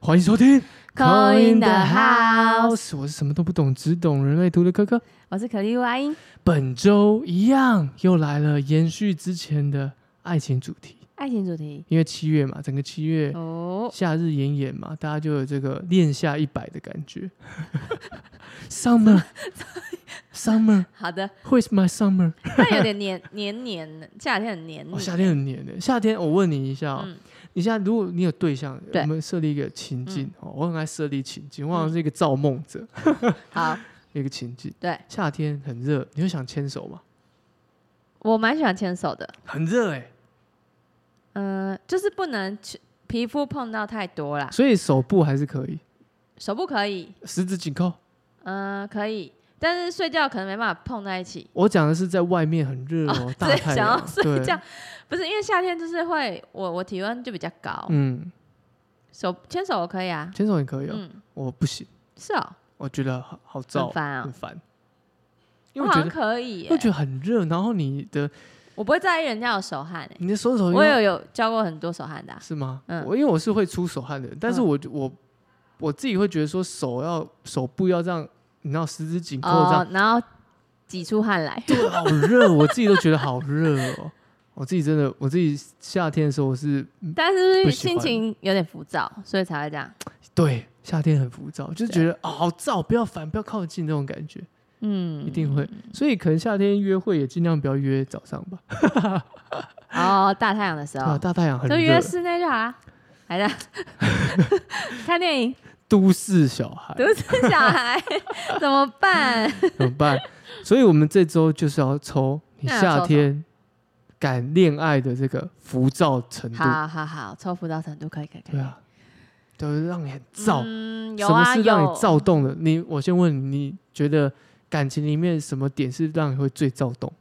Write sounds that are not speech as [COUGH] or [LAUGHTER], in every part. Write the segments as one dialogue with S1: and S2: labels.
S1: 欢迎收听《
S2: Call in the House》，
S1: 我是什么都不懂，只懂人类图的科科。
S2: 我是可丽露阿英，
S1: 本周一样又来了，延续之前的爱情主题，
S2: 爱情主题
S1: 因为七月嘛，整个七月
S2: 哦，
S1: 夏日炎炎嘛，大家就有这个恋下一百的感觉。summer,
S2: [LAUGHS]
S1: summer,
S2: 好的，
S1: where's my summer？
S2: 但有点黏黏黏的，夏天很黏腻
S1: 哦，夏天很黏的。夏天，我问你一下、哦，
S2: 嗯
S1: 你现在如果你有对象，
S2: 对嗯
S1: 我们设立一个情境、哦，我很爱设立情境，我好像是一个造梦者，
S2: 好，
S1: 一个情境。
S2: 对
S1: 夏天很热，你会想牵手吗？
S2: 我蛮喜欢牵手的，
S1: 很热哎、
S2: 嗯、就是不能去皮肤碰到太多啦，
S1: 所以手部还是可以，
S2: 手不可以，
S1: 十指紧扣。
S2: 嗯、可以，但是睡觉可能没办法碰在一起，
S1: 我讲的是在外面很热哦，大
S2: 所以
S1: 太
S2: 想要
S1: 阳，
S2: 睡
S1: 对
S2: 觉，不是因为夏天就是会我我体温就比较高，
S1: 嗯，
S2: 手牵手我可以啊，
S1: 牵手也可以哦，
S2: 嗯，
S1: 我不行，
S2: 是哦，
S1: 我觉得好好
S2: 很
S1: 燥，
S2: 烦
S1: 很
S2: 哦，
S1: 烦，因
S2: 我
S1: 为我
S2: 好
S1: 觉
S2: 像
S1: 得
S2: 可以
S1: 因
S2: 耶、
S1: 为我觉得很热，然后你的
S2: 我不会在意人家有手汗欸耶、
S1: 你的手指头又
S2: 我有有教过很多手汗的啊、
S1: 是吗？
S2: 嗯
S1: 我因为我是会出手汗的人，但是
S2: 嗯
S1: 我我我自己会觉得说手要手部要这样，你知道十指紧扣这样，
S2: 哦，然后挤出汗来。
S1: 对，好热，哦我自己都觉得好热哦。我自己真的，我自己夏天的时候我是
S2: 但是
S1: 嗯不
S2: 不是
S1: 喜欢
S2: 心情有点浮躁，所以才会这样。
S1: 对夏天很浮躁，
S2: 啊
S1: 就是觉得哦好燥，不要烦，不要靠近那种感觉，
S2: 嗯，啊
S1: 一定会。所以可能夏天约会也尽量不要约早上吧，
S2: 哦，大太阳的时
S1: 对吧？
S2: 候
S1: 大太阳很
S2: 就约
S1: 热，
S2: 室内就好啦。
S1: [LAUGHS]
S2: 来的，看电影，
S1: 都市小孩
S2: 独自小
S1: [LAUGHS]
S2: 孩怎么办？
S1: 怎么办？所以我们这周就是要抽你
S2: 那要抽什
S1: 夏
S2: 么
S1: 天敢恋爱的这个浮躁程度。
S2: 好好好，抽浮躁程度可以可以可
S1: 对
S2: 以。
S1: 啊，就是让你很躁。
S2: 嗯，有
S1: 什么
S2: 啊
S1: 是让你
S2: 有。
S1: 躁动的？你我先问你，你觉得感情里面什么点是让你会最躁动？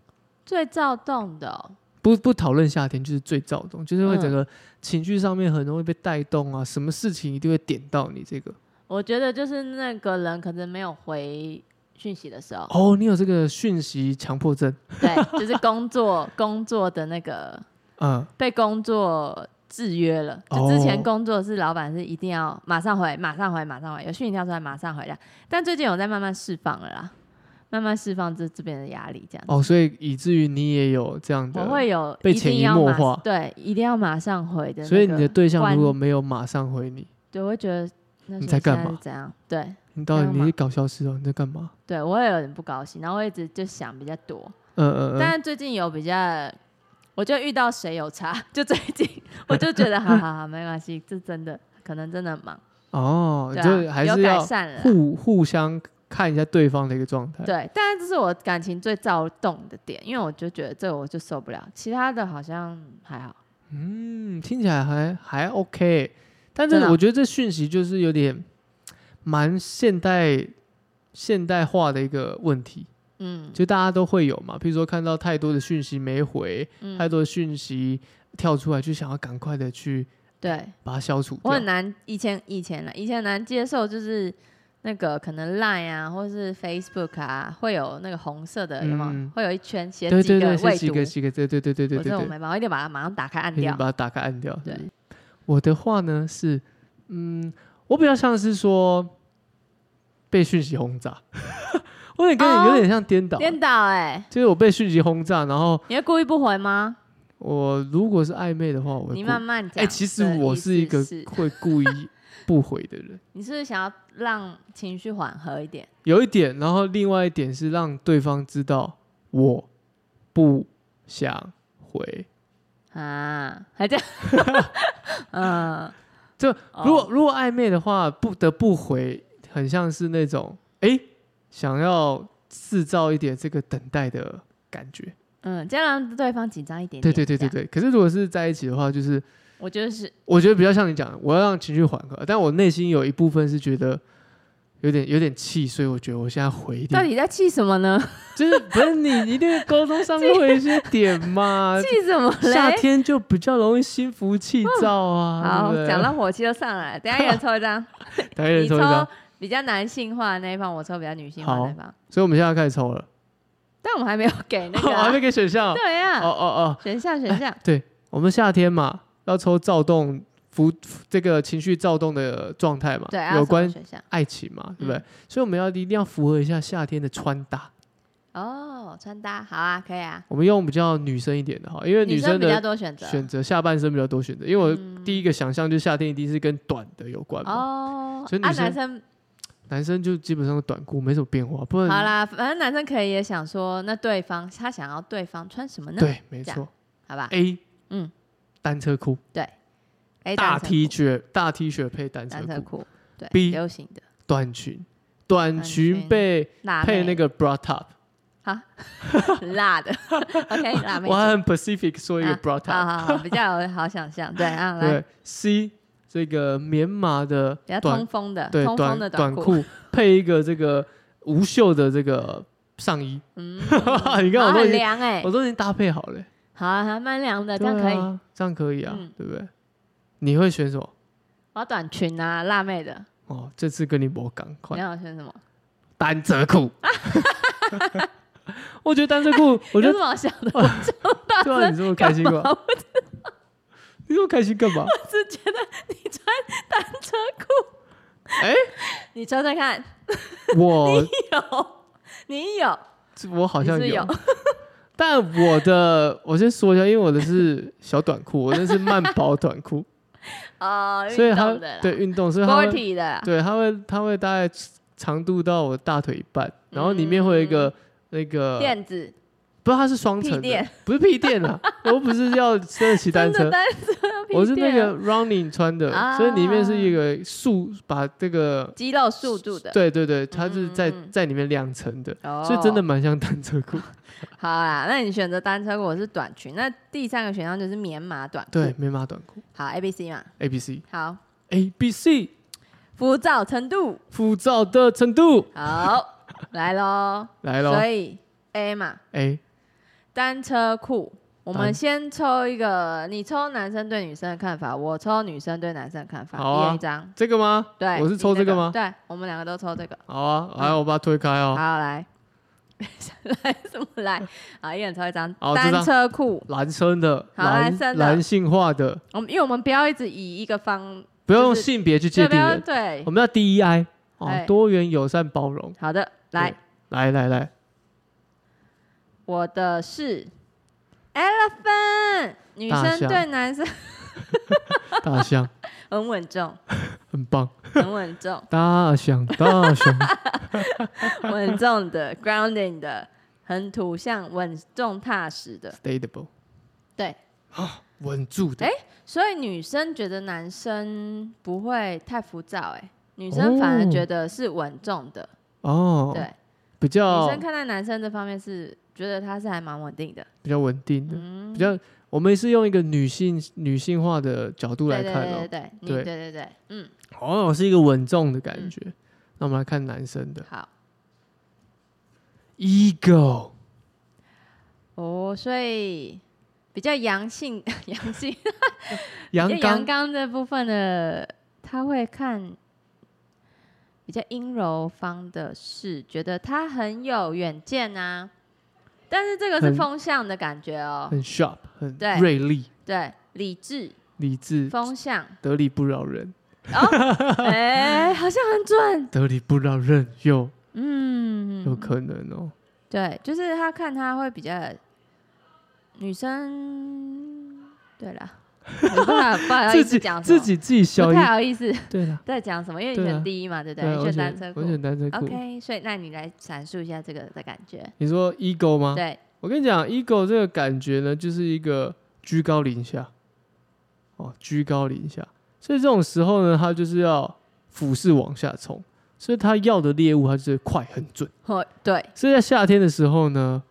S2: 最躁动的哦
S1: 不不讨论夏天，就是最躁动，就是会
S2: 嗯
S1: 整个情绪上面很容易被带动啊，什么事情一定会点到你这个。
S2: 我觉得就是那个人可能没有回讯息的时候，
S1: 哦，你有这个讯息强迫症，
S2: 对，
S1: [LAUGHS]
S2: 就是工作工作的那个
S1: 嗯，
S2: 被工作制约了。
S1: 哦
S2: 就之前工作是老板是一定要马上回，马上回，马上回，有讯息跳出来马上回来。但最近我在慢慢释放了啦，慢慢释放这这边的压力，这样。
S1: 哦，所以以至于你也有这样的，
S2: 我会有
S1: 被
S2: 一定
S1: 潜
S2: 要
S1: 移默
S2: 马
S1: 化
S2: 对，一定要马上回的、那个
S1: 所以你的对象
S2: 关
S1: 如果没有马上回你，
S2: 对，我会觉得那
S1: 你
S2: 是
S1: 在干
S2: 现是
S1: 嘛
S2: 怎样？对，
S1: 你到底
S2: 没有
S1: 你
S2: 马
S1: 是搞消失哦？你在干嘛？
S2: 对我会有点不高兴，然后我一直就想比较多。
S1: 嗯嗯嗯，
S2: 但最近有比较，我就遇到谁有差，就最近我就觉得， [LAUGHS] 好好好，没关系，这真的可能真的很忙，
S1: 哦，
S2: 对
S1: 就
S2: 啊，
S1: 还
S2: 有
S1: 是
S2: 改
S1: 要
S2: 善了啦。
S1: 互互相看一下对方的一个状态。
S2: 对，但是这是我感情最躁动的点，因为我就觉得这我就受不了，其他的好像还好。
S1: 嗯，听起来还还 OK，但是
S2: 真的啊
S1: 我觉得这讯息就是有点蛮现代现代化的一个问题，
S2: 嗯
S1: 就大家都会有嘛。譬如说看到太多的讯息没回，太
S2: 嗯，
S1: 多的讯息跳出来，就想要赶快的去
S2: 对
S1: 把它消除
S2: 我
S1: 掉
S2: 很。难，以前以前呢，以前很难接受，就是那个可能 Line 啊，或是 Facebook 啊，会有那个红色的，有没有？
S1: 嗯
S2: 会有一圈写
S1: 对
S2: 几
S1: 对
S2: 个
S1: 对，
S2: 未
S1: 几
S2: 读，
S1: 个几个，对对对对对
S2: 我
S1: 对
S2: 这我
S1: 对
S2: 没，办法，我一定把它马上打开按
S1: 你
S2: 掉。
S1: 把它打开按掉。
S2: 对，
S1: 我的话呢是，嗯，我比较像是说被讯息轰炸， [LAUGHS] 我有点跟你
S2: 哦
S1: 有点像颠倒，
S2: 颠倒哎、
S1: 就是我被讯息轰炸，然后
S2: 你会故意不回吗？
S1: 我如果是暧昧的话，我会
S2: 你
S1: 故
S2: 慢慢
S1: 哎、
S2: 讲。
S1: 其实
S2: 对
S1: 我
S2: 意
S1: 是一
S2: 思
S1: 个
S2: 是
S1: 会故意不回的人，
S2: 你是不是想要让情绪缓和一点？
S1: 有一点，然后另外一点是让对方知道我不想回。
S2: 啊，
S1: [LAUGHS]
S2: 还这样，嗯，
S1: 这
S2: 哦
S1: 如果如果暧昧的话，不得不回，很像是那种哎、想要制造一点这个等待的感觉。
S2: 嗯，这样让对方紧张一点
S1: 对
S2: 点。
S1: 对对对嗯
S2: 这
S1: 对。
S2: 样，
S1: 可是如果是在一起的话，就是
S2: 我就是
S1: 我觉得比较像你讲的，我要让情绪缓和，但我内心有一部分是觉得有点有点气，所以我觉得我现在回一
S2: 到
S1: 点，
S2: 底在气什么呢？。
S1: 就是不是你一定沟通上面会有一些点嘛
S2: [LAUGHS] 气什么
S1: 呃夏
S2: 嘞？
S1: 天就比较容易心浮气躁啊。
S2: [LAUGHS] 好
S1: 对不，对
S2: 讲到火气就上来了，等一下一人抽一
S1: [LAUGHS]
S2: 张，
S1: 等一人
S2: 你
S1: 抽一张，
S2: 比较男性化的那一方，我抽比较女性化的那一方。
S1: 所以我们现在要开始抽了，
S2: 但我们还没有给那
S1: [LAUGHS]
S2: 个
S1: 我还
S2: [LAUGHS] 啊，
S1: 没给选项哦。
S2: 对
S1: 哦哦
S2: 呀，
S1: 哦， [LAUGHS]
S2: 选项选项，
S1: 我们夏天嘛，要抽躁动浮这个情绪躁动的状态嘛，
S2: 对，啊
S1: 有
S2: 要送
S1: 关
S2: 选项
S1: 爱情嘛，对不对？
S2: 嗯
S1: 所以我们要一定要符合一下夏天的穿搭，
S2: 哦，穿搭好啊，可以啊，
S1: 我们用比较女生一点的哈，因为
S2: 女
S1: 生
S2: 比较
S1: 的
S2: 多选择，
S1: 选择下半身比较多选择，因为我
S2: 嗯
S1: 第一个想象就是夏天一定是跟短的有关嘛，
S2: 哦，
S1: 嗯所以
S2: 啊，
S1: 女生
S2: 男生
S1: 男生就基本上短裤没什么变化，不
S2: 好
S1: 然
S2: 啦，反正男生可以也想说，那对方他想要对方穿什么呢？
S1: 对，没
S2: 这样
S1: 错
S2: 好吧
S1: ，A
S2: 嗯，
S1: 单车裤，
S2: ，A
S1: 大
S2: 单车
S1: T
S2: 裤
S1: 恤大 T 恤配单车
S2: 单车
S1: 裤，
S2: 裤，对
S1: B
S2: 流行的
S1: 短裙短
S2: 短
S1: 裙
S2: 裙
S1: 被
S2: 辣妹
S1: 配那个 bra top，
S2: [LAUGHS] 辣的
S1: [LAUGHS]
S2: ，OK 辣妹
S1: 我很 Pacific 说一个
S2: 啊
S1: bra
S2: 好
S1: top，
S2: 好好，比较有好想象，对啊，来
S1: 对 C 这个棉麻的
S2: 比较
S1: 短
S2: 通风的，
S1: 对
S2: 通风的
S1: 短
S2: 裤，
S1: 裤配一个这个无袖的这个上衣，
S2: 嗯，
S1: [LAUGHS] 你看我
S2: 好
S1: 都已经
S2: 很凉哎
S1: 我，都已经搭配好了、欸
S2: 好啊，还蛮凉的，这
S1: 对
S2: 样可以。
S1: 啊，这样可以啊，
S2: 嗯
S1: 对不对？你会选什么？
S2: 我要短裙啊，辣妹的，
S1: 哦，这次跟你搏，赶
S2: 你
S1: 快
S2: 要我选什么？
S1: 单车裤。 [LAUGHS] 我觉得单车裤，我觉得
S2: [LAUGHS] 有什么好想的？
S1: 对啊，你这么 [LAUGHS] 开心干嘛？你这么开心干嘛？
S2: 是觉得你穿单车裤，
S1: 哎、
S2: [LAUGHS] 你穿穿看，
S1: 我
S2: 有，你有，
S1: 我好像
S2: [LAUGHS] 你是有，
S1: 但我的我先说一下，因为我的是小短裤，我那是慢薄短裤，
S2: [LAUGHS] 哦，
S1: 所以
S2: 运
S1: 它
S2: 动的啦
S1: 对运动，所以它会
S2: sporty 的啦，
S1: 对，它会它会大概长度到我大腿一半，然后里面会有一个、那个，
S2: 嗯垫子，
S1: 不是它是双层
S2: 屁
S1: 呃的
S2: 垫，
S1: 不是屁垫
S2: [LAUGHS]
S1: 啊，我不是要真的骑 [LAUGHS] 单
S2: 真
S1: 车
S2: 的，单车，
S1: [LAUGHS] 我是那
S2: 屁垫啊哦
S1: 个 running 穿的，所以里面是一个束，把这个
S2: 肌肉束住的，
S1: 对对对，它是在、
S2: 嗯
S1: 在里面两层的，
S2: 哦
S1: 所以真的蛮像单车
S2: [LAUGHS]
S1: 裤。
S2: 好啦。那你选择单车裤，我是短裙，那第三个选项就是棉麻短裤，
S1: 对，，棉麻短裤
S2: 好，A B C 嘛，
S1: ，A B C
S2: 好，
S1: A B C，
S2: 浮躁程度，
S1: 浮躁的程度
S2: 好，
S1: [LAUGHS]
S2: 来喽，
S1: 来咯哎
S2: 所以 A 嘛，
S1: A
S2: 单车裤。我
S1: 单
S2: 们先抽一个，你抽男生对女生的看法，我抽女生对男生的看法，
S1: 好啊
S2: 一人一张。
S1: 这个吗？
S2: 对，
S1: 我是
S2: 你
S1: 抽
S2: 这
S1: 这个吗？
S2: 对，我们两个都抽这个。
S1: 好啊，来，我把它推开哦。
S2: 嗯好，来， [LAUGHS] 来什么来？好，一人抽一张
S1: 好这
S2: 单
S1: 张
S2: 车裤。
S1: 男生的，
S2: 好
S1: 男
S2: 男生的
S1: 男性化的，
S2: 我们因为我们不要一直以一个方，
S1: 不要
S2: 就
S1: 用
S2: 是
S1: 性别去界
S2: 对不
S1: 定
S2: 要
S1: 人，
S2: 对
S1: 我。们要 DEI 哦
S2: 哎，
S1: 多元友善包容。
S2: 好的，来
S1: 对，，来来来，
S2: 我的是 elephant，女
S1: 大
S2: 生
S1: 象
S2: 对男生
S1: 大
S2: [LAUGHS]
S1: 象
S2: 很稳
S1: [LAUGHS]
S2: 重，
S1: 很棒，
S2: 很稳重，
S1: 大象大象， [LAUGHS]
S2: 稳重的 grounding 的，很土象，稳重踏实的。
S1: stable，
S2: 对，
S1: 哦稳住的
S2: 哎。所以女生觉得男生不会太浮躁、哎，女生反而
S1: 哦
S2: 觉得是稳重的，
S1: 哦，
S2: 对，
S1: 比
S2: 女
S1: 较
S2: 生看待男生这方面是觉得他是还蛮稳定的，
S1: 比较稳定的，
S2: 嗯，
S1: 比较我们是用一个女性女性化的角度来
S2: 对对
S1: 看哦
S2: 对对，对，你
S1: 对
S2: 对对对，嗯，
S1: 哦，是一个稳重的感觉。那我们来看男生的
S2: 好，
S1: ego，
S2: 哦，所以比较阳性 [LAUGHS] 阳性，
S1: 阳
S2: 就阳
S1: 刚，
S2: 刚这部分的，他会看比较阴柔方的事，觉得他很有远见啊。但是这个是
S1: 很
S2: 风向的感觉哦，
S1: 很 sharp，很
S2: 对
S1: 锐利，
S2: 对，理智
S1: 理智，
S2: 风向，
S1: 得理不饶人，
S2: 哎、好像很准，
S1: 得理不饶人，有有
S2: 嗯，
S1: 可能哦。
S2: 对，就是他看他会比较女生，
S1: [LAUGHS]
S2: 对了，我不好不好意
S1: 自
S2: 思
S1: 己
S2: 呃讲什
S1: 自
S2: 么，
S1: 己自己消
S2: 不
S1: 音
S2: 太，好意思
S1: 对了，
S2: 在讲什么，因为你
S1: 对啊
S2: 选第一嘛，对不
S1: 对啊，
S2: 对？
S1: 我
S2: 你选
S1: 选
S2: 单车
S1: 我
S2: 裤
S1: 选单车裤。
S2: ，OK，所以那你来阐述一下这个的感觉，
S1: 你说 ego 吗？
S2: 对，
S1: 我跟你讲，ego 这个感觉呢，就是一个居高临下，哦，居高临下。所以这种时候呢，他就是要俯视往下冲，所以他要的猎物，他就是快很准。
S2: 哦，对，
S1: 所以在夏天的时候呢，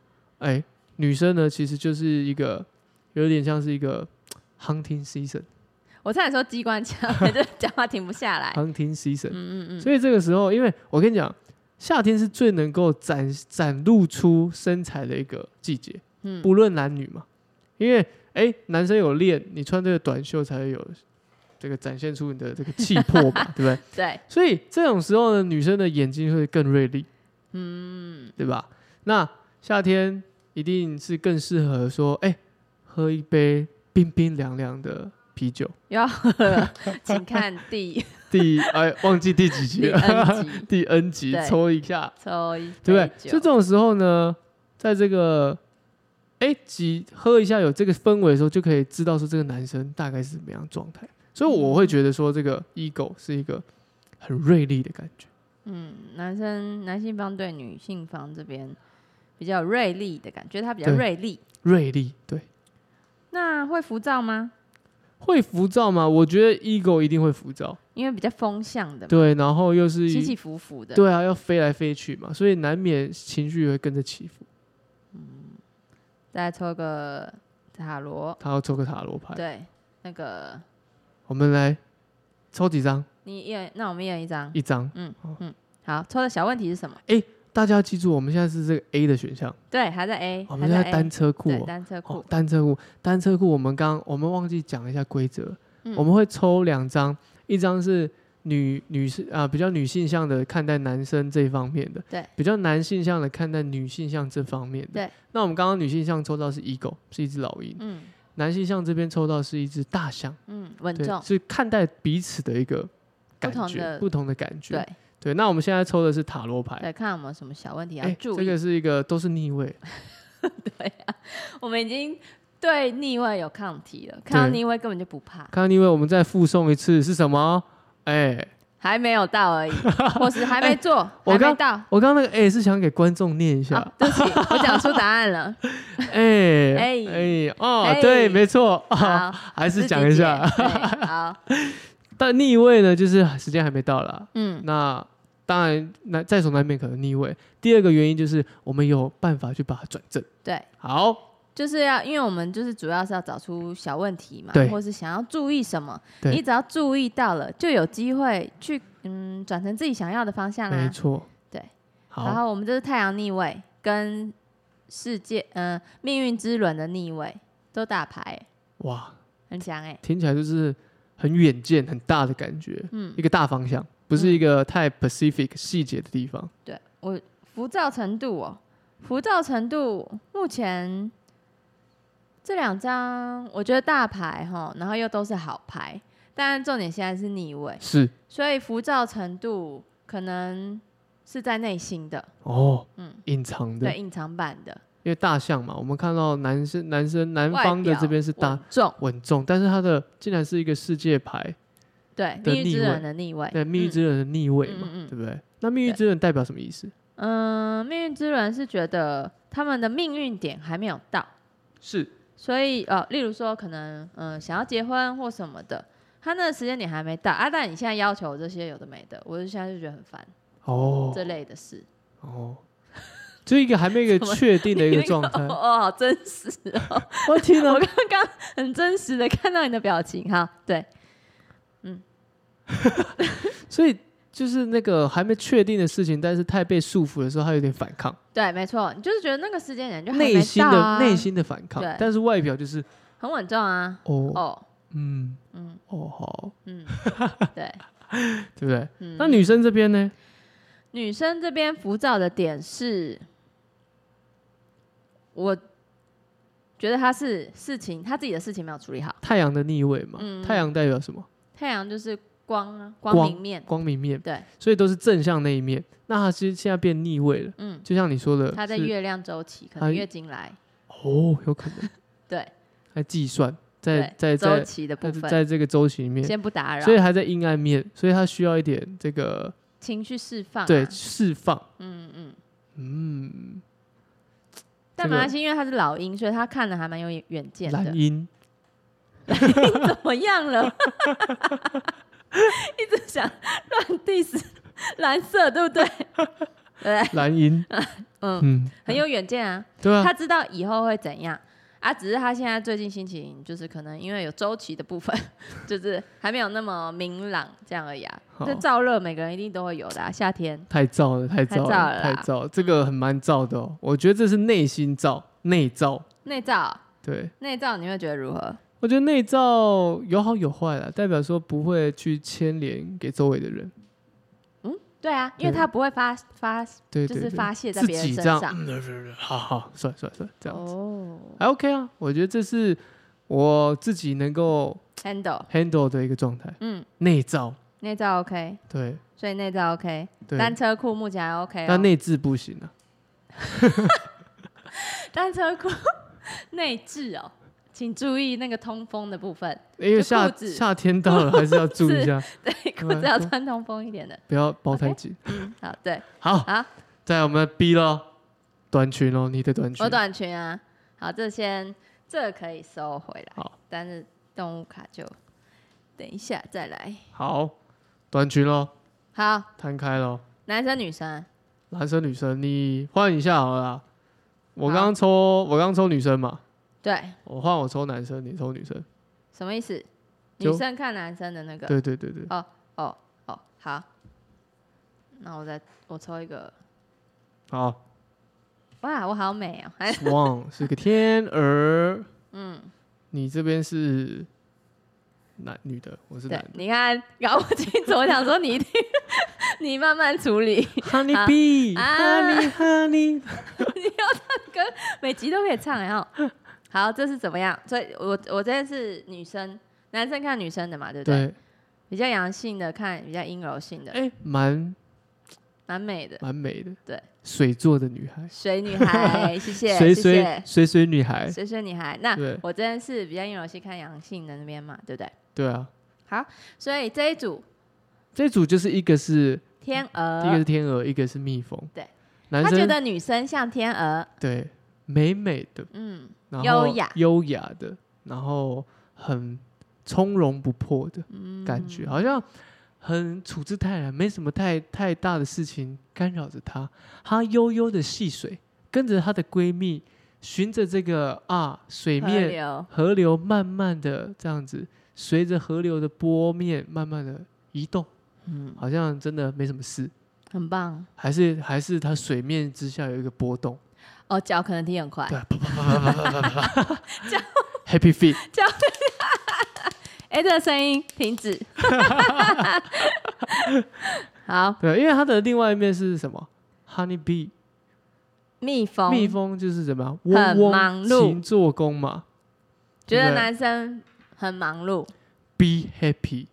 S1: 哎、女生呢其实就是一个有点像是一个 hunting season，hunting
S2: 我差点说机关枪，
S1: [LAUGHS]
S2: 我就讲话停不下来，
S1: season。
S2: 嗯嗯嗯，
S1: 所以这个时候，因为我跟你讲，夏天是最能够展展露出身材的一个季节，
S2: 嗯
S1: 不论男女嘛。因为哎、男生有练，你穿这个短袖才会有这个展现出你的这个气魄
S2: [LAUGHS]
S1: 嘛，对不对？
S2: 对，
S1: 所以这种时候呢，女生的眼睛会更锐利，
S2: 嗯，
S1: 对吧？那夏天一定是更适合说，哎、喝一杯冰冰凉凉的啤酒。
S2: 又要喝了，
S1: [LAUGHS]
S2: 请看第
S1: 第哎，忘记第几集
S2: 第
S1: 了，
S2: N 集，
S1: [LAUGHS] 第 N 集
S2: 对
S1: 抽一下，
S2: 抽一
S1: 对不对
S2: 杯？
S1: 所以这
S2: 酒
S1: 种时候呢，在这个哎几喝一下有这个氛围的时候，就可以知道说这个男生大概是怎么样的状态。所以我会觉得说，这个 ego 是一个很锐利的感觉。
S2: 嗯，男生男性方对女性方这边比较锐利的感觉，他比较
S1: 对
S2: 锐利。
S1: 锐利，对，
S2: 那会浮躁吗？
S1: 会浮躁吗？我觉得 ego 一定会浮躁，
S2: 因为比较风向的嘛，
S1: 对，然后又是
S2: 起起伏伏的。
S1: 对啊，要飞来飞去嘛，所以难免情绪也会跟着起伏。
S2: 再抽个塔罗，
S1: 他要抽个塔罗牌，
S2: 对，那个
S1: 我们来抽几张，
S2: 你一人，那我们一人一张。
S1: 一张。
S2: 好，抽的小问题是什么？
S1: 大家要记住，我们现在是这个 A 的选项，
S2: 对，还在 A，
S1: 我
S2: 哎还
S1: 们现
S2: 在
S1: 在
S2: A，
S1: 哦单车库、
S2: 对
S1: 哦，
S2: 单车库
S1: 哦，，单车库，单车库，我们刚我们忘记讲一下规则，
S2: 嗯
S1: 我们会抽两张，一张是女女士啊、比较女性向的看待男生这一方面的，
S2: 对，
S1: 比较男性向的看待女性向这方面的，
S2: 对。
S1: 那我们刚刚女性向抽到是 ego，是一只老鹰，
S2: 嗯
S1: 男性向这边抽到是一只大象，
S2: 嗯，稳
S1: 对，
S2: 重，
S1: 是看待彼此的一个感
S2: 同
S1: 觉，
S2: 的
S1: 不同的感觉，
S2: 对
S1: 对。那我们现在抽的是塔罗牌。
S2: 对，看有没有什么小问题要
S1: 哎，
S2: 注
S1: 这
S2: 意。
S1: 个是一个都是逆位，
S2: 我们已经对逆位有抗体了，看到逆位根本就不怕，
S1: 看到逆位，我们再附送一次是什么？哎、
S2: 还没有到
S1: [LAUGHS]
S2: 而已，或是还没做，
S1: 我
S2: 还没
S1: 刚
S2: 到。
S1: 我刚刚那个哎、是想给观众念一
S2: 啊
S1: 下，，
S2: 对不起，我讲出答
S1: [LAUGHS]
S2: 案了。
S1: 哎
S2: [LAUGHS] 哎
S1: 哎哦
S2: 哎，
S1: 对，没错，啊
S2: 好，
S1: 还
S2: 还
S1: 是讲一下。
S2: 好，
S1: 但逆位呢，就是时间还没到啦。
S2: 嗯，
S1: 那当然，那在所难免可能逆位。第二个原因就是我们有办法去把它转正。
S2: 对，
S1: 好，
S2: 就是要，因为我们就是主要是要找出小问题嘛
S1: 对，
S2: 或是想要注意什么，
S1: 对
S2: 你只要注意到了，就有机会去嗯转成自己想要的方向
S1: 没
S2: 啦。
S1: 错，
S2: 对。然
S1: 好，
S2: 后我们这是太阳逆位跟世界嗯、命运之轮的逆位都打牌，
S1: 哇，
S2: 很强哎、
S1: 听起来就是很远见、很大的感觉，
S2: 嗯
S1: 一，个大方向，不是一个太 Pacific 细节的地方。
S2: 对我浮躁程度哦，浮躁程度目前这两张我觉得大牌哈，然后又都是好牌，但重点现在是逆位，
S1: 是
S2: 所以浮躁程度可能是在内心的，
S1: 哦，
S2: 嗯
S1: 隐藏的
S2: 对，，隐藏版的
S1: 因为大象嘛，我们看到男生、男生、南
S2: 外
S1: 方的
S2: 表
S1: 这边是大
S2: 稳重，
S1: 稳重，但是他的呃竟然是一个世界牌，
S2: 对，
S1: 的
S2: 命运
S1: 逆
S2: 之
S1: 位
S2: 轮的逆位，
S1: 对命运之人的逆位嘛，
S2: 嗯嗯嗯
S1: 对不对？那命运之人代表什么意思？
S2: 嗯，嗯命运之轮是觉得他们的命运点还没有到。
S1: 是
S2: 所以呃，例如说可能嗯、呃想要结婚或什么的，他那个时间点还没到啊，但你现在要求这些有的没的，我就现在就觉得很烦、
S1: 哦
S2: 这类的事。
S1: 哦，就一个还没有一
S2: 怎
S1: 个
S2: 么
S1: 确定的一个
S2: 你
S1: 状
S2: 那
S1: 态
S2: 个。 [LAUGHS] 哦，好真实哦！
S1: 我天哪
S2: 我！刚刚很真实的看到你的表情哈，对，
S1: 所以就是那个还没确定的事情，但是太被束缚的时候，他有点反抗，
S2: 对，没错，你就是觉得那个时间点就还没
S1: 内心
S2: 到啊
S1: 的内心的反抗
S2: 对，
S1: 但是外表就是
S2: 很稳重啊，
S1: 哦，
S2: 哦，
S1: 嗯，
S2: 嗯
S1: 哦好， [LAUGHS]
S2: 嗯，对，
S1: 对不对？
S2: 嗯，
S1: 那女生这边呢？
S2: 女生这边浮躁的点是，我觉得她是事情，她自己的事情没有处理好。
S1: 太阳的逆位嘛，
S2: 嗯
S1: 太阳代表什么？
S2: 太阳就是光啊，
S1: 光
S2: 光明面，
S1: 光明面，
S2: 对，
S1: 所以都是正向那一面。那他其实现在变逆位了，
S2: 嗯，
S1: 就像你说的，
S2: 它在
S1: 呃是
S2: 月亮周期，可
S1: 它
S2: 能月经来，
S1: 哦，有可能
S2: [LAUGHS] 对，
S1: 在计算，在在
S2: 对，周
S1: 在
S2: 期的部
S1: 在
S2: 分，
S1: 在这个周期里面，
S2: 先不打扰
S1: 所，以还在阴暗面，所以他需要一点这个
S2: 情绪释放，啊
S1: 对，释放。
S2: 嗯嗯，
S1: 嗯，
S2: 但
S1: 这个
S2: 马来西因为他是老鹰，所以他看的还蛮有远见的
S1: 蓝，鹰
S2: 怎么样了？ [LAUGHS] 一直想乱 diss 蓝色，对不 [LAUGHS] 对？对，
S1: 蓝鹰，
S2: [LAUGHS] 嗯，
S1: 嗯，
S2: 很有远见啊，
S1: 对啊
S2: 他，知道以后会怎样。啊，只是他现在最近心情就是可能因为有周期的部分， [LAUGHS] 就是还没有那么明朗这样而已啊。
S1: 好
S2: 这燥热每个人一定都会有的、啊，夏天。
S1: 太燥了，太燥
S2: 太燥
S1: 了，
S2: 了
S1: 太
S2: 啦
S1: 燥了，这个很蛮燥的哦。我觉得这是内心燥，内燥。
S2: 内燥，
S1: 对，
S2: 内燥你会觉得如何？
S1: 我觉得内燥有好有坏啦，代表说不会去牵连给周围的人。
S2: 对啊，因为
S1: 对
S2: 他不会发发，
S1: 对
S2: 就
S1: 对
S2: 是
S1: 对
S2: 发泄在
S1: 自
S2: 别人
S1: 己
S2: 身
S1: 这样，
S2: 上。
S1: 嗯好好，算算算，这样子
S2: 哦，
S1: 还 OK 啊。我觉得这是我自己能够
S2: handle，
S1: handle 的一个状态，
S2: 嗯，
S1: 内造，
S2: 内罩 OK，
S1: 对
S2: 所以内罩 OK，
S1: 对，
S2: 单车库目前还 OK，、
S1: 但
S2: 哦、
S1: 内置不行啊，
S2: 单车库 [LAUGHS] 内置哦，请注意那个通风的部分， [LAUGHS]
S1: 因为
S2: 就
S1: 夏
S2: 裤子
S1: 夏天到了还是
S2: [LAUGHS]
S1: 要注意一下，
S2: 对，裤子要穿通风一点的，
S1: 不要包太紧。
S2: 嗯，好，对，
S1: 好，
S2: 好，
S1: 再来我们 B 咯，短裙哦，你的短裙
S2: 我，短裙啊，好，这先这个可以收回来，
S1: 好，
S2: 但是动物卡就等一下再来，
S1: 好，短裙咯，
S2: 好，
S1: 摊开咯，
S2: 男生女啊生，
S1: 男生女生你换一下好了啦，我
S2: 好
S1: 刚刚抽我刚刚抽女生嘛，
S2: 对，
S1: 我换我抽男生，你抽女生，
S2: 什么意思？
S1: 就
S2: 女生看男生的那个，
S1: 对对对对，
S2: 哦哦，好，那我再我抽一个，
S1: 好
S2: 哇，我好美哦，还
S1: ，Swan 是个天鹅，
S2: 嗯，
S1: 你这边是男女的，我是男
S2: 对
S1: 的，
S2: 你看搞不清楚，我想说你一定 [LAUGHS] 你慢慢处理，
S1: Honey
S2: 好
S1: bee,
S2: 啊
S1: honey honey，
S2: 每集都可以唱，然后好，这是怎么样？所以我我这边是女生，男生看女生的嘛，对不对？
S1: 对，
S2: 比较阳性的看比较阴柔性的，
S1: 哎，蛮
S2: 蛮美的
S1: 蛮美的，
S2: 对，
S1: 水做的女孩，
S2: 水女孩，谢谢
S1: 水
S2: 谢
S1: 水
S2: 谢啊
S1: 水水女孩，
S2: 水水女孩。那
S1: 对
S2: 我这边是比较阴柔性看阳性的那边嘛，对不对？
S1: 对啊，
S2: 好，所以这一组
S1: 这组就是一个是
S2: 天
S1: 嗯第一个
S2: 鹅
S1: 是，天鹅，一个是蜜蜂，
S2: 呃对，
S1: 男
S2: 他觉
S1: 生
S2: 得女生像天鹅，
S1: 对美美的，
S2: 嗯，
S1: 然后
S2: 优雅
S1: 优雅的，然后很从容不迫的
S2: 嗯
S1: 感觉，好像很处之泰然，没什么太太大的事情干扰着她。她悠悠的戏水，跟着她的闺蜜，循着这个啊水
S2: 河
S1: 面
S2: 流，
S1: 河流慢慢的这样子，随着河流的波面慢慢的移动，
S2: 嗯，
S1: 好像真的没什么事，
S2: 很棒。
S1: 还是还是它水面之下有一个波
S2: [LAUGHS]
S1: 动， [LAUGHS]
S2: 哦，脚可能踢很快
S1: 对，，啪啪啪啪啪啪啪啪啪，Happy Feet，
S2: 哎，这个声音停止。好，
S1: 对，因为它的另外一面是什么？Honey Bee，
S2: 蜜蜂，
S1: 蜜蜂就是怎么样？
S2: 很
S1: 嗡
S2: 忙
S1: 嗡
S2: 碌
S1: 勤做工嘛
S2: 觉
S1: 对
S2: 得
S1: 不对
S2: 男生很忙碌，
S1: ，Be Happy，Be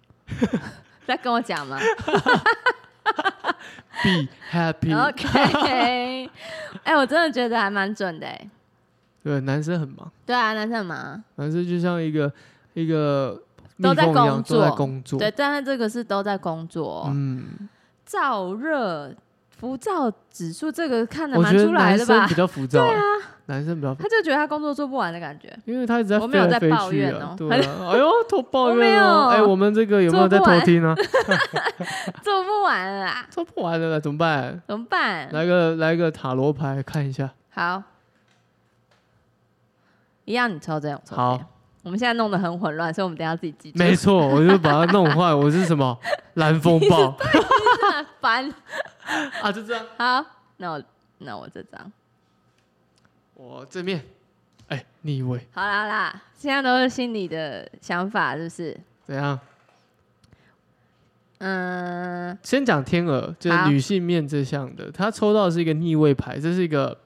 S2: 在跟
S1: [LAUGHS]
S2: 我讲吗
S1: Happy，
S2: ？OK，哎， [LAUGHS] 我真的觉得还蛮准的，哎，
S1: 对，男生很忙，
S2: 对啊，男生很忙啊，
S1: 男生就像一个一个蜜
S2: 都在
S1: 蜂一样
S2: 工
S1: 都在
S2: 作
S1: 工作，
S2: 对，但是这个是都在工作哦，
S1: 嗯。
S2: 燥热、浮躁指数这个看得
S1: 我
S2: 蛮
S1: 觉得
S2: 出来
S1: 男
S2: 的
S1: 生
S2: 吧
S1: 比？较浮躁、对啊，男生比较浮，
S2: 他就觉得他工作做不完的感觉，
S1: 因为他一直在
S2: 我
S1: 飞
S2: 没有
S1: 来
S2: 在
S1: 飞
S2: 抱
S1: 去
S2: 怨
S1: 啊
S2: 哦，
S1: 对
S2: [LAUGHS]
S1: 啊，哎呦，偷抱怨哦，
S2: 我没
S1: 哎，
S2: 有
S1: 我们这个有没有在
S2: 做不
S1: 偷
S2: 完
S1: 听啊？ [LAUGHS]
S2: 做不完了啦，
S1: 做不完了，怎么办？
S2: 怎么办？
S1: 来个来个塔罗牌看一下，
S2: 好，一样你抽这种抽。
S1: 好，，
S2: 我们现在弄得很混乱，所以我们等一下自己记住。
S1: 没错，我就把它弄坏，我是什
S2: [LAUGHS]
S1: 么蓝风暴
S2: 很烦。
S1: 啊？就这样，
S2: 好，那我那我这张
S1: 我正面，哎，逆位，
S2: 好啦好啦，现在都是心里的想法，是不是？
S1: 怎样？
S2: 嗯，
S1: 先讲天鹅，就是
S2: 好
S1: 女性面这项的，她抽到的是一个逆位牌，这是一个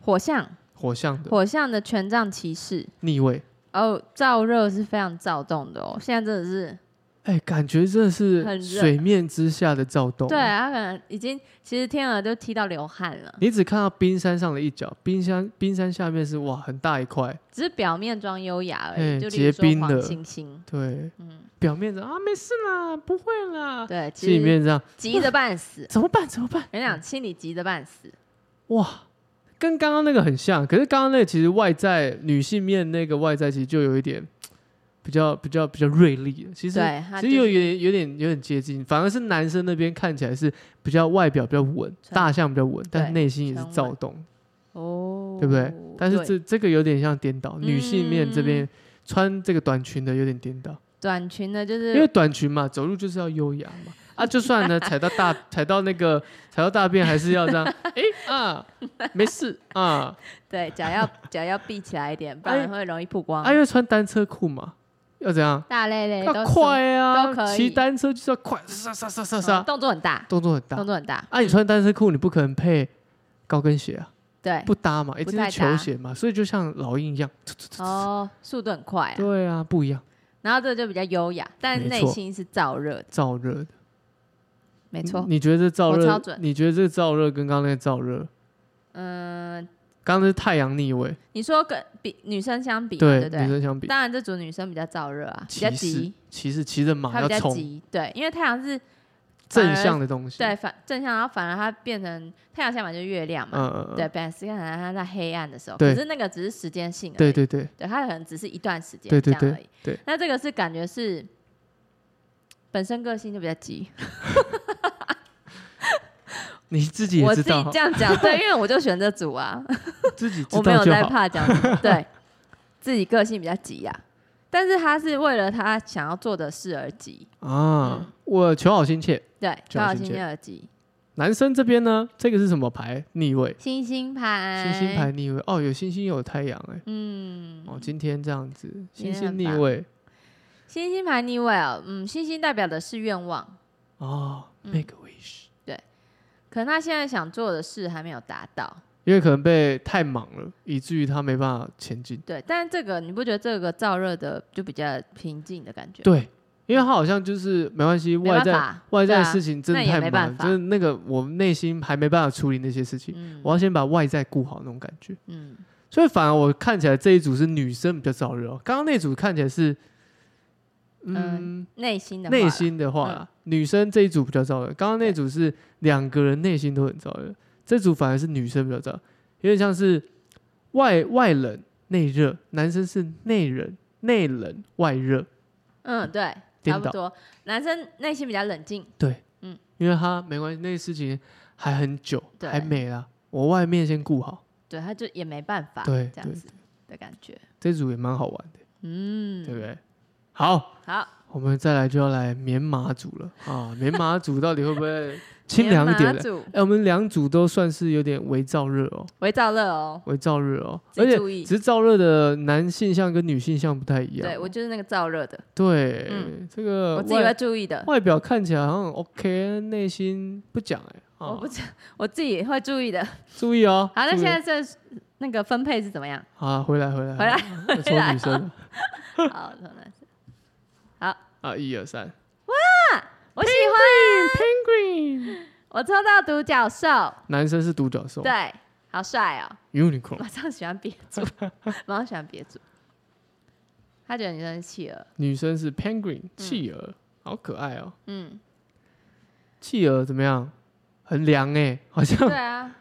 S2: 火象，
S1: 火象的
S2: 火象的权杖骑士。
S1: 逆位，
S2: 哦，燥热是非常躁动的哦，现在真的是，
S1: 哎，感觉真的
S2: 很
S1: 是
S2: 热
S1: 水面之下的躁动。
S2: 对，啊他可能已经，其实天鹅都踢到流汗了，
S1: 你只看到冰山上的一角，冰山冰山下面是哇很大一块，
S2: 只是表面装优雅而已，
S1: 哎
S2: 就例如
S1: 结冰
S2: 说
S1: 了
S2: 黄
S1: [LAUGHS]
S2: 星星，
S1: 对，
S2: 嗯，
S1: 表面上啊没事啦，不会啦，
S2: 对，其
S1: 心里
S2: 实
S1: 面这嗯样
S2: 急得半死，
S1: 怎么办？怎么办？
S2: 跟你讲，心里急得半死，
S1: 哇，跟刚刚那个很像，可是刚刚那个其实外在女性面那个外在其实就有一点比较比较比较锐利了，其实
S2: 对，他
S1: 其
S2: 就
S1: 实有
S2: 是
S1: 有点有点有点接近，反而是男生那边看起来是比较外表比较稳，
S2: 沉
S1: 大象比较稳，但
S2: 对
S1: 内心也是
S2: 沉稳
S1: 躁动，
S2: 哦，
S1: 对不对？但是这这个有点像颠倒，
S2: 嗯
S1: 女性面这边穿这个短裙的有点颠倒，
S2: 短裙的就
S1: 因为
S2: 是
S1: 短裙嘛，走路就是要优雅
S2: [LAUGHS]
S1: 嘛。啊，就算呢，踩到大踩到那个踩到大便还是要这样， [LAUGHS] 哎、啊，没事啊，
S2: 对脚要 [LAUGHS] 脚要闭起来一点，
S1: 哎
S2: 不然会容易曝光
S1: 啊，。因为穿单车裤嘛，要怎样？
S2: 大累累
S1: 要
S2: 哎都
S1: 快
S2: 都
S1: 啊，
S2: 可以
S1: 骑单车就是要快，杀杀杀杀
S2: 是
S1: 杀，
S2: 动作很大，
S1: 动作很大
S2: 动。作很大。
S1: 啊，你穿单车裤，你不可能配高跟鞋啊，
S2: 对，
S1: 不搭嘛，一
S2: 不
S1: 定是
S2: 太
S1: 球
S2: 搭
S1: 鞋嘛，所以就像老鹰一样，突突突突
S2: 哦，速度很快啊。
S1: 对啊，不一样，
S2: 然后这就比较优雅，但
S1: 没
S2: 内
S1: 错嗯
S2: 心是燥热的，
S1: 燥热的，
S2: 没错。
S1: 你觉得这燥
S2: 我超
S1: 热
S2: 准？
S1: 你觉得这燥热跟刚刚那个燥热，
S2: 嗯，
S1: 刚刚是太阳逆位，
S2: 你说跟比女生相比嘛，
S1: 对
S2: 对不
S1: 女
S2: 对？
S1: 生相比，
S2: 当然，这组女生比较燥热啊，比较
S1: 骑士
S2: 急，
S1: 骑士骑着马
S2: 她
S1: 啊要
S2: 比较
S1: 冲
S2: 急，对，因为太阳是
S1: 正向的东西，
S2: 对反正向，然后反而它变成太阳下满就是月亮嘛，
S1: 嗯，嗯嗯
S2: 对，本来是看它在黑暗的时候，
S1: 对
S2: 可是那个只是时间性而已，
S1: 对对对，
S2: 对，它可能只是一段时间
S1: 对
S2: 这
S1: 对
S2: 样而已。
S1: 对
S2: 那这个是感觉是本身个性就比较急，
S1: 你自己也
S2: 我
S1: 知
S2: 自己
S1: 道，
S2: 这样讲，对，因为我就选这组啊，
S1: 自己 [LAUGHS] 知
S2: 我没
S1: 道
S2: 有
S1: 就
S2: 在
S1: 好。
S2: 怕讲什
S1: [LAUGHS]
S2: 么，对自己个性比较急呀、但是他是为了他想要做的事而急，
S1: 啊，我求好心切。
S2: 对，
S1: 就
S2: 求
S1: 要
S2: 好
S1: 心
S2: 心
S1: 切
S2: 切而急，
S1: 男生这边呢，这个是什么牌？逆位，
S2: 星星牌，
S1: 星星牌，逆位。哦，有星星有太阳哎、
S2: 哎嗯，
S1: 哦，今天这样子，
S2: 今天
S1: 星星
S2: 很
S1: 逆
S2: 棒
S1: 位
S2: 星星牌逆位哦，嗯，星星代表的是愿望，
S1: 哦，make
S2: 嗯
S1: a wish，
S2: 可能他现在想做的事还没有达到，
S1: 因为可能被太忙了，以至于他没办法前进。
S2: 对，但这个你不觉得这个燥热的就比较平静的感觉？，
S1: 对，因为他好像就是没关系，
S2: 没
S1: 外
S2: 办
S1: 在
S2: 法，
S1: 外在
S2: 对
S1: 的
S2: 啊
S1: 事情真的
S2: 那也
S1: 太
S2: 没
S1: 忙
S2: 办
S1: 了，
S2: 法
S1: 就是那个我内心还没办法处理那些事情，
S2: 嗯
S1: 我要先把外在顾好那种感觉。
S2: 嗯，
S1: 所以反而我看起来这一组是女生比较燥热、哦，刚刚那组看起来是，嗯
S2: 嗯，内心的话
S1: 内
S2: 啦
S1: 心的话
S2: 嗯
S1: 啦，女生这一组比较燥热，刚刚那组是两个人内心都很燥热，这组反而是女生比较燥，有点像是外外冷内热，男生是内冷内冷外热，
S2: 嗯，对，差
S1: 颠
S2: 不
S1: 倒
S2: 多。男生内心比较冷静，
S1: 因为他没关系，那事情还很久，
S2: 对
S1: 还没啦，我外面先顾好，
S2: 对，他就也没办法，
S1: 对
S2: 这
S1: 对
S2: 样子的感觉。
S1: 这组也蛮好玩的，对不
S2: 嗯，
S1: 对？好，
S2: 好，
S1: 我们再来就要来棉麻组了啊！棉麻组到底会不
S2: [LAUGHS]
S1: 会清凉一点
S2: 棉麻
S1: 的？
S2: 组
S1: 哎、我们两组都算是有点微燥热哦，
S2: 微燥热哦，
S1: 微燥热哦，
S2: 自
S1: 而
S2: 己
S1: 且
S2: 注意
S1: 只是燥热的男性向跟女性向不太一样哦。
S2: 对我就是那个燥热的，
S1: 对、
S2: 嗯
S1: 这个
S2: 我自己会
S1: 呃外
S2: 注意的，
S1: 外表看起来好像 OK，内心不讲哎、啊，
S2: 我不知， [LAUGHS] 我自己会注意的。嗯好，
S1: 注意哦。
S2: 那
S1: 注意
S2: 现在这是那个分配是怎么样？
S1: 好啊，回来回来
S2: 回来， [LAUGHS]
S1: 我 [LAUGHS] 抽女生了
S2: 好，可能是
S1: 啊，一二三
S2: 嗯我喜欢，
S1: ，Penguin，
S2: 我抽到独角兽，
S1: 男生是独角兽
S2: 对，好帅哦，
S1: ，Unicorn，
S2: [LAUGHS] 马上喜欢别
S1: [LAUGHS]
S2: 组，马上喜欢别组。他觉得女生是
S1: [LAUGHS]
S2: 企鹅，
S1: 女生是 Penguin，企鹅，好可爱哦。
S2: 嗯，
S1: 企鹅怎么样？很凉哎、好像
S2: 对啊，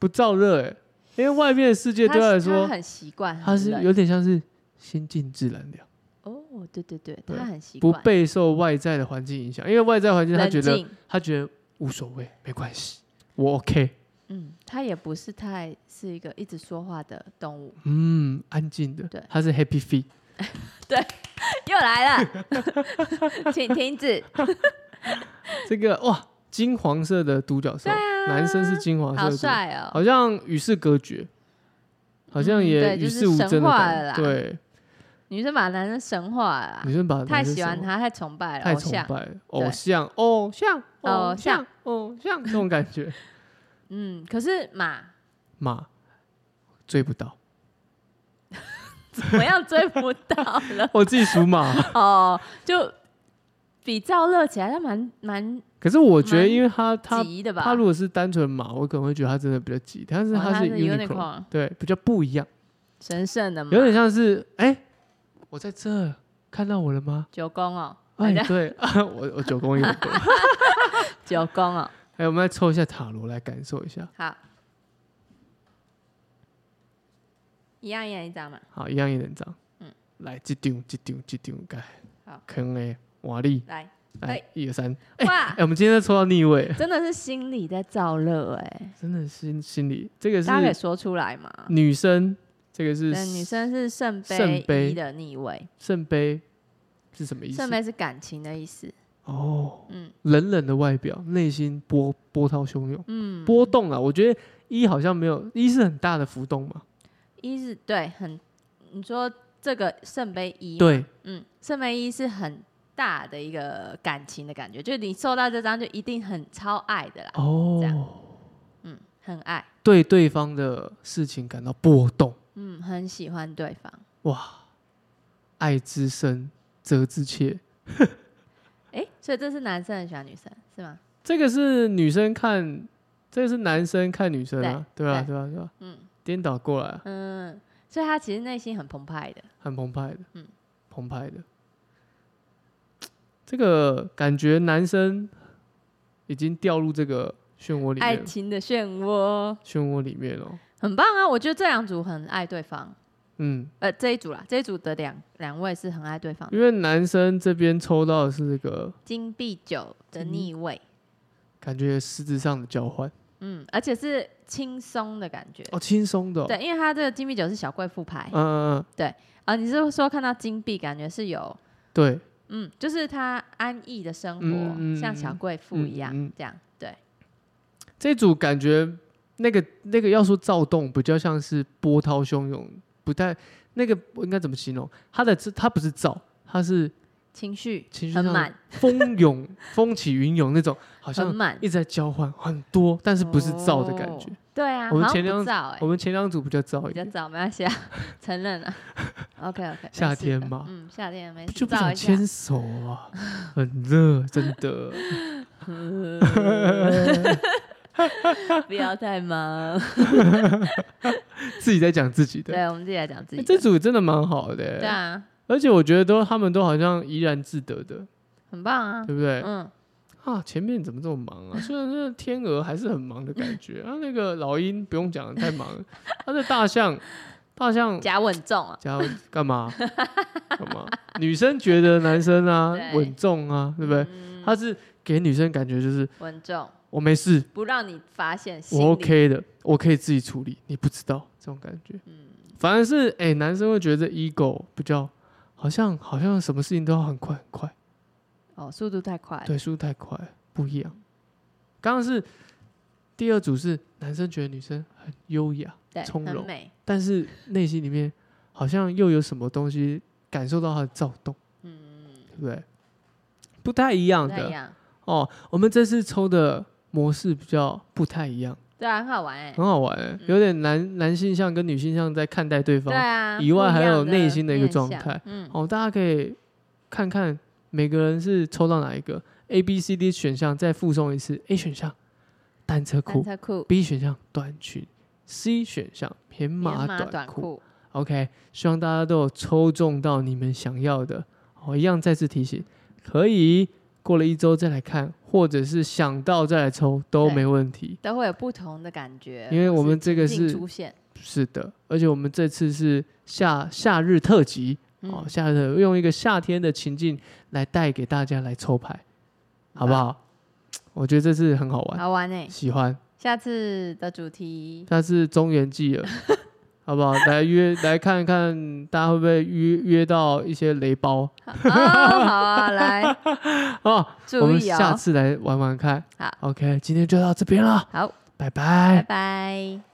S1: 不燥热哎、因为外面的世界对他来
S2: 他
S1: 说，
S2: 很习惯，
S1: 它是
S2: 很冷
S1: 有点像是心静自然凉，
S2: 哦，对对对，
S1: 对
S2: 他很习
S1: 不
S2: 惯，
S1: 备受外在的环境影响。因为外在环境，他
S2: 冷
S1: 觉得
S2: 静，
S1: 他觉得无所谓，没关系，我 OK，
S2: 嗯，他也不是太是一个一直说话的
S1: [LAUGHS]
S2: 动物，
S1: 嗯，安静的
S2: 对，
S1: 他是 happy feet，
S2: 又来了， [LAUGHS] 请停止，
S1: 这个哇，金黄色的独角兽，
S2: 对啊
S1: 男生是金黄色
S2: 好
S1: 的独角兽，
S2: 帅哦，
S1: 好像与世隔绝。好像
S2: 嗯
S1: 也
S2: 对
S1: 与
S2: 就
S1: 世
S2: 是
S1: 无
S2: 神
S1: 争的
S2: 话
S1: 感
S2: 了啦
S1: 觉，对，
S2: 女生把男生神化了啦
S1: 女，生把
S2: 太
S1: 男生
S2: 喜
S1: 神
S2: 欢
S1: 化
S2: 他，太崇拜了，
S1: 太
S2: 偶
S1: 崇
S2: 像，
S1: 拜了，
S2: 对
S1: 偶像，偶像，偶像
S2: 偶像，
S1: 偶像，这种感觉。
S2: 嗯，可是马
S1: 马追不到，
S2: 怎么样追不到
S1: [LAUGHS]
S2: 了
S1: 我自己属马。
S2: 哦，就比较热起来，他蛮蛮
S1: 可是我觉得，因为他他
S2: 急的吧，
S1: 他如果是单纯马，我可能会觉得他真的比较急，但是
S2: 哦
S1: 他
S2: 它
S1: 是
S2: 是
S1: unicorn，
S2: unicorn
S1: 对，比较不一样，
S2: 神圣的嘛，
S1: 有点像是哎，我在这儿看到我了吗？
S2: 九宫哦，
S1: 哎，
S2: 大家
S1: 对， [LAUGHS] 啊我我九宫有很
S2: [LAUGHS]
S1: 多。
S2: 九宫哦，
S1: 哎，我们来抽一下塔罗来感受一下。
S2: 好，一样一人一张嘛。
S1: 好，一样一人张。嗯
S2: 嗯，
S1: 来，这张，这张，这张，该
S2: 好
S1: 坑哎，瓦力，
S2: 来，
S1: 来
S2: 哎，
S1: 一二三。
S2: 哇
S1: 哎，，我们今天抽到逆位，
S2: 真的是心里在燥热哎、
S1: 真的心心里这个是
S2: 大家可以说出来嘛？
S1: 女生，这个是
S2: 对，女生是圣
S1: 圣杯
S2: 杯一的逆位，
S1: 圣杯是什么意思
S2: 圣？杯是感情的意思。
S1: 哦，
S2: 嗯
S1: 冷冷的外表，内心波波涛汹涌，
S2: 嗯，
S1: 波动啊。我觉得一好像没有，一是很大的浮动嘛。
S2: 一是对，很你说这个圣杯一，，
S1: 对，
S2: 嗯，圣杯一是很大的一个感情的感觉，就是你收到这张就一定很超爱的啦，这
S1: 哦
S2: 样，嗯，很爱，
S1: 对对方的事情感到波动，
S2: 嗯，很喜欢对方。
S1: 哇，爱之深，责之切。
S2: 哎、所以这是男生很喜欢女生是吗？
S1: 这个是女生看，这个是男生看女生啊，对吧？
S2: 对
S1: 对吧？对吧？
S2: 嗯
S1: 颠倒过来啊，
S2: 嗯，所以他其实内心很澎湃的。
S1: 很澎湃的，
S2: 嗯
S1: 澎湃的。这个感觉男生已经掉入这个漩涡里
S2: 爱
S1: 面了，
S2: 情的漩涡，
S1: 漩涡里面哦。
S2: 很棒啊！我觉得这两组很爱对方，
S1: 嗯，
S2: 呃，这一组啦，这一组的两两位是很爱对方的。
S1: 因为男生这边抽到的是这个
S2: 金币九的逆位，
S1: 感觉实质上的交换
S2: 嗯，而且是轻松的感觉。
S1: 哦，轻松的、哦，
S2: 对，因为他这个金币九是小贵妇牌
S1: 嗯，嗯嗯，
S2: 啊，你是说看到金币，感觉是有，
S1: 对，
S2: 嗯，就是他安逸的生活，
S1: 嗯嗯嗯
S2: 像小贵妇一样，
S1: 嗯嗯
S2: 这样，对，
S1: 这组感觉那个那个要说躁动，比较像是波涛汹涌，不太那个我应该怎么形容？它的它不是躁，它是
S2: 情绪
S1: 情绪
S2: 很
S1: 上
S2: 满，
S1: 蜂
S2: [LAUGHS]
S1: 涌、风起云涌那种，好
S2: 很
S1: 像
S2: 满，
S1: 一直在交换很多，但是不是躁的感觉。
S2: 哦对啊，
S1: 我们
S2: 好像
S1: 前两
S2: 不燥哎、
S1: 我们前两组比较躁一
S2: 比较
S1: 点，
S2: 早，没关系啊，承认啊。
S1: [LAUGHS]
S2: OK OK，
S1: 夏天嘛
S2: 嗯，夏天没事，
S1: 就不
S2: 照
S1: 想
S2: 一下
S1: 牵手啊，很热，真的。
S2: 不要
S1: [LAUGHS]
S2: 太忙。
S1: 自己在讲自己的，
S2: 对，我们自己来讲自
S1: 欸
S2: 己的。
S1: 这组真的蛮好的、欸
S2: 对啊，
S1: 而且我觉得都他们都好像怡然自得的，
S2: 很棒啊。
S1: 对不对？
S2: 嗯，
S1: 啊，前面怎么这么忙啊？虽然那个天鹅还是很忙的感觉，啊，那个老鹰不用讲了，太忙了。他的大象，大象
S2: 加稳重啊。
S1: 加干嘛？干嘛？女生觉得男生啊
S2: 对
S1: 稳重啊，对不对？
S2: 嗯
S1: 他是给女生感觉就是
S2: 稳重，
S1: 我没事，
S2: 不让你发现心里。
S1: 我 OK 的，我可以自己处理，你不知道这种感觉。
S2: 嗯
S1: 反而是哎、欸男生会觉得 ego 比较好像好像什么事情都要很快很快，
S2: 哦，速度太快了。
S1: 对，速度太快了不一样。刚刚是第二组是男生觉得女生很优雅，
S2: 对，
S1: 从
S2: 很
S1: 容
S2: 美。
S1: 但是内心里面好像又有什么东西感受到她的躁动，
S2: 嗯，
S1: 对不对？不太一样
S2: 不太一
S1: 的
S2: 样。
S1: 哦。我们这次抽的模式比较不太一样，
S2: 对啊，很好玩哎。
S1: 很好玩欸、有点男男性向跟女性向在看待对方
S2: 对啊，
S1: 以外
S2: 不一
S1: 还
S2: 样
S1: 有内心的一个
S2: 面
S1: 状
S2: 向
S1: 态。
S2: 嗯，
S1: 哦，大家可以看看每个人是抽到哪一个 A、B、C、D 选项，再附送一次 A 选项单车
S2: 单
S1: 裤
S2: 车裤、
S1: ，B 选项短裙，C 选项棉
S2: 棉
S1: 麻
S2: 马
S1: 短裤。
S2: 裤，
S1: OK，希望大家都有抽中到你们想要的。哦，一样再次提醒，可以过了一周再来看，或者是想到再来抽都
S2: 对
S1: 没问题。
S2: 都会有不同的感觉。
S1: 因为
S2: 或
S1: 我
S2: 是
S1: 们这个
S2: 情境
S1: 是
S2: 出现。
S1: 是的，而且我们这次是夏夏日特辑，哦，
S2: 嗯，
S1: 夏日用一个夏天的情境来带给大家来抽牌，好不好？我觉得这次很好玩，
S2: 好玩哎。
S1: 喜欢。
S2: 下次的
S1: [LAUGHS]
S2: 主题
S1: 它是中原记 [LAUGHS] 了，好不好？来约来看看，大家会不会约约到一些雷包
S2: 好哦，好啊，来
S1: 哦？ [LAUGHS] 我
S2: 注
S1: 们
S2: 意
S1: 下
S2: 哦，
S1: 次来玩玩看。
S2: 好
S1: ，OK，今天就到这边了，
S2: 好，
S1: 拜
S2: 拜
S1: 拜。
S2: 拜。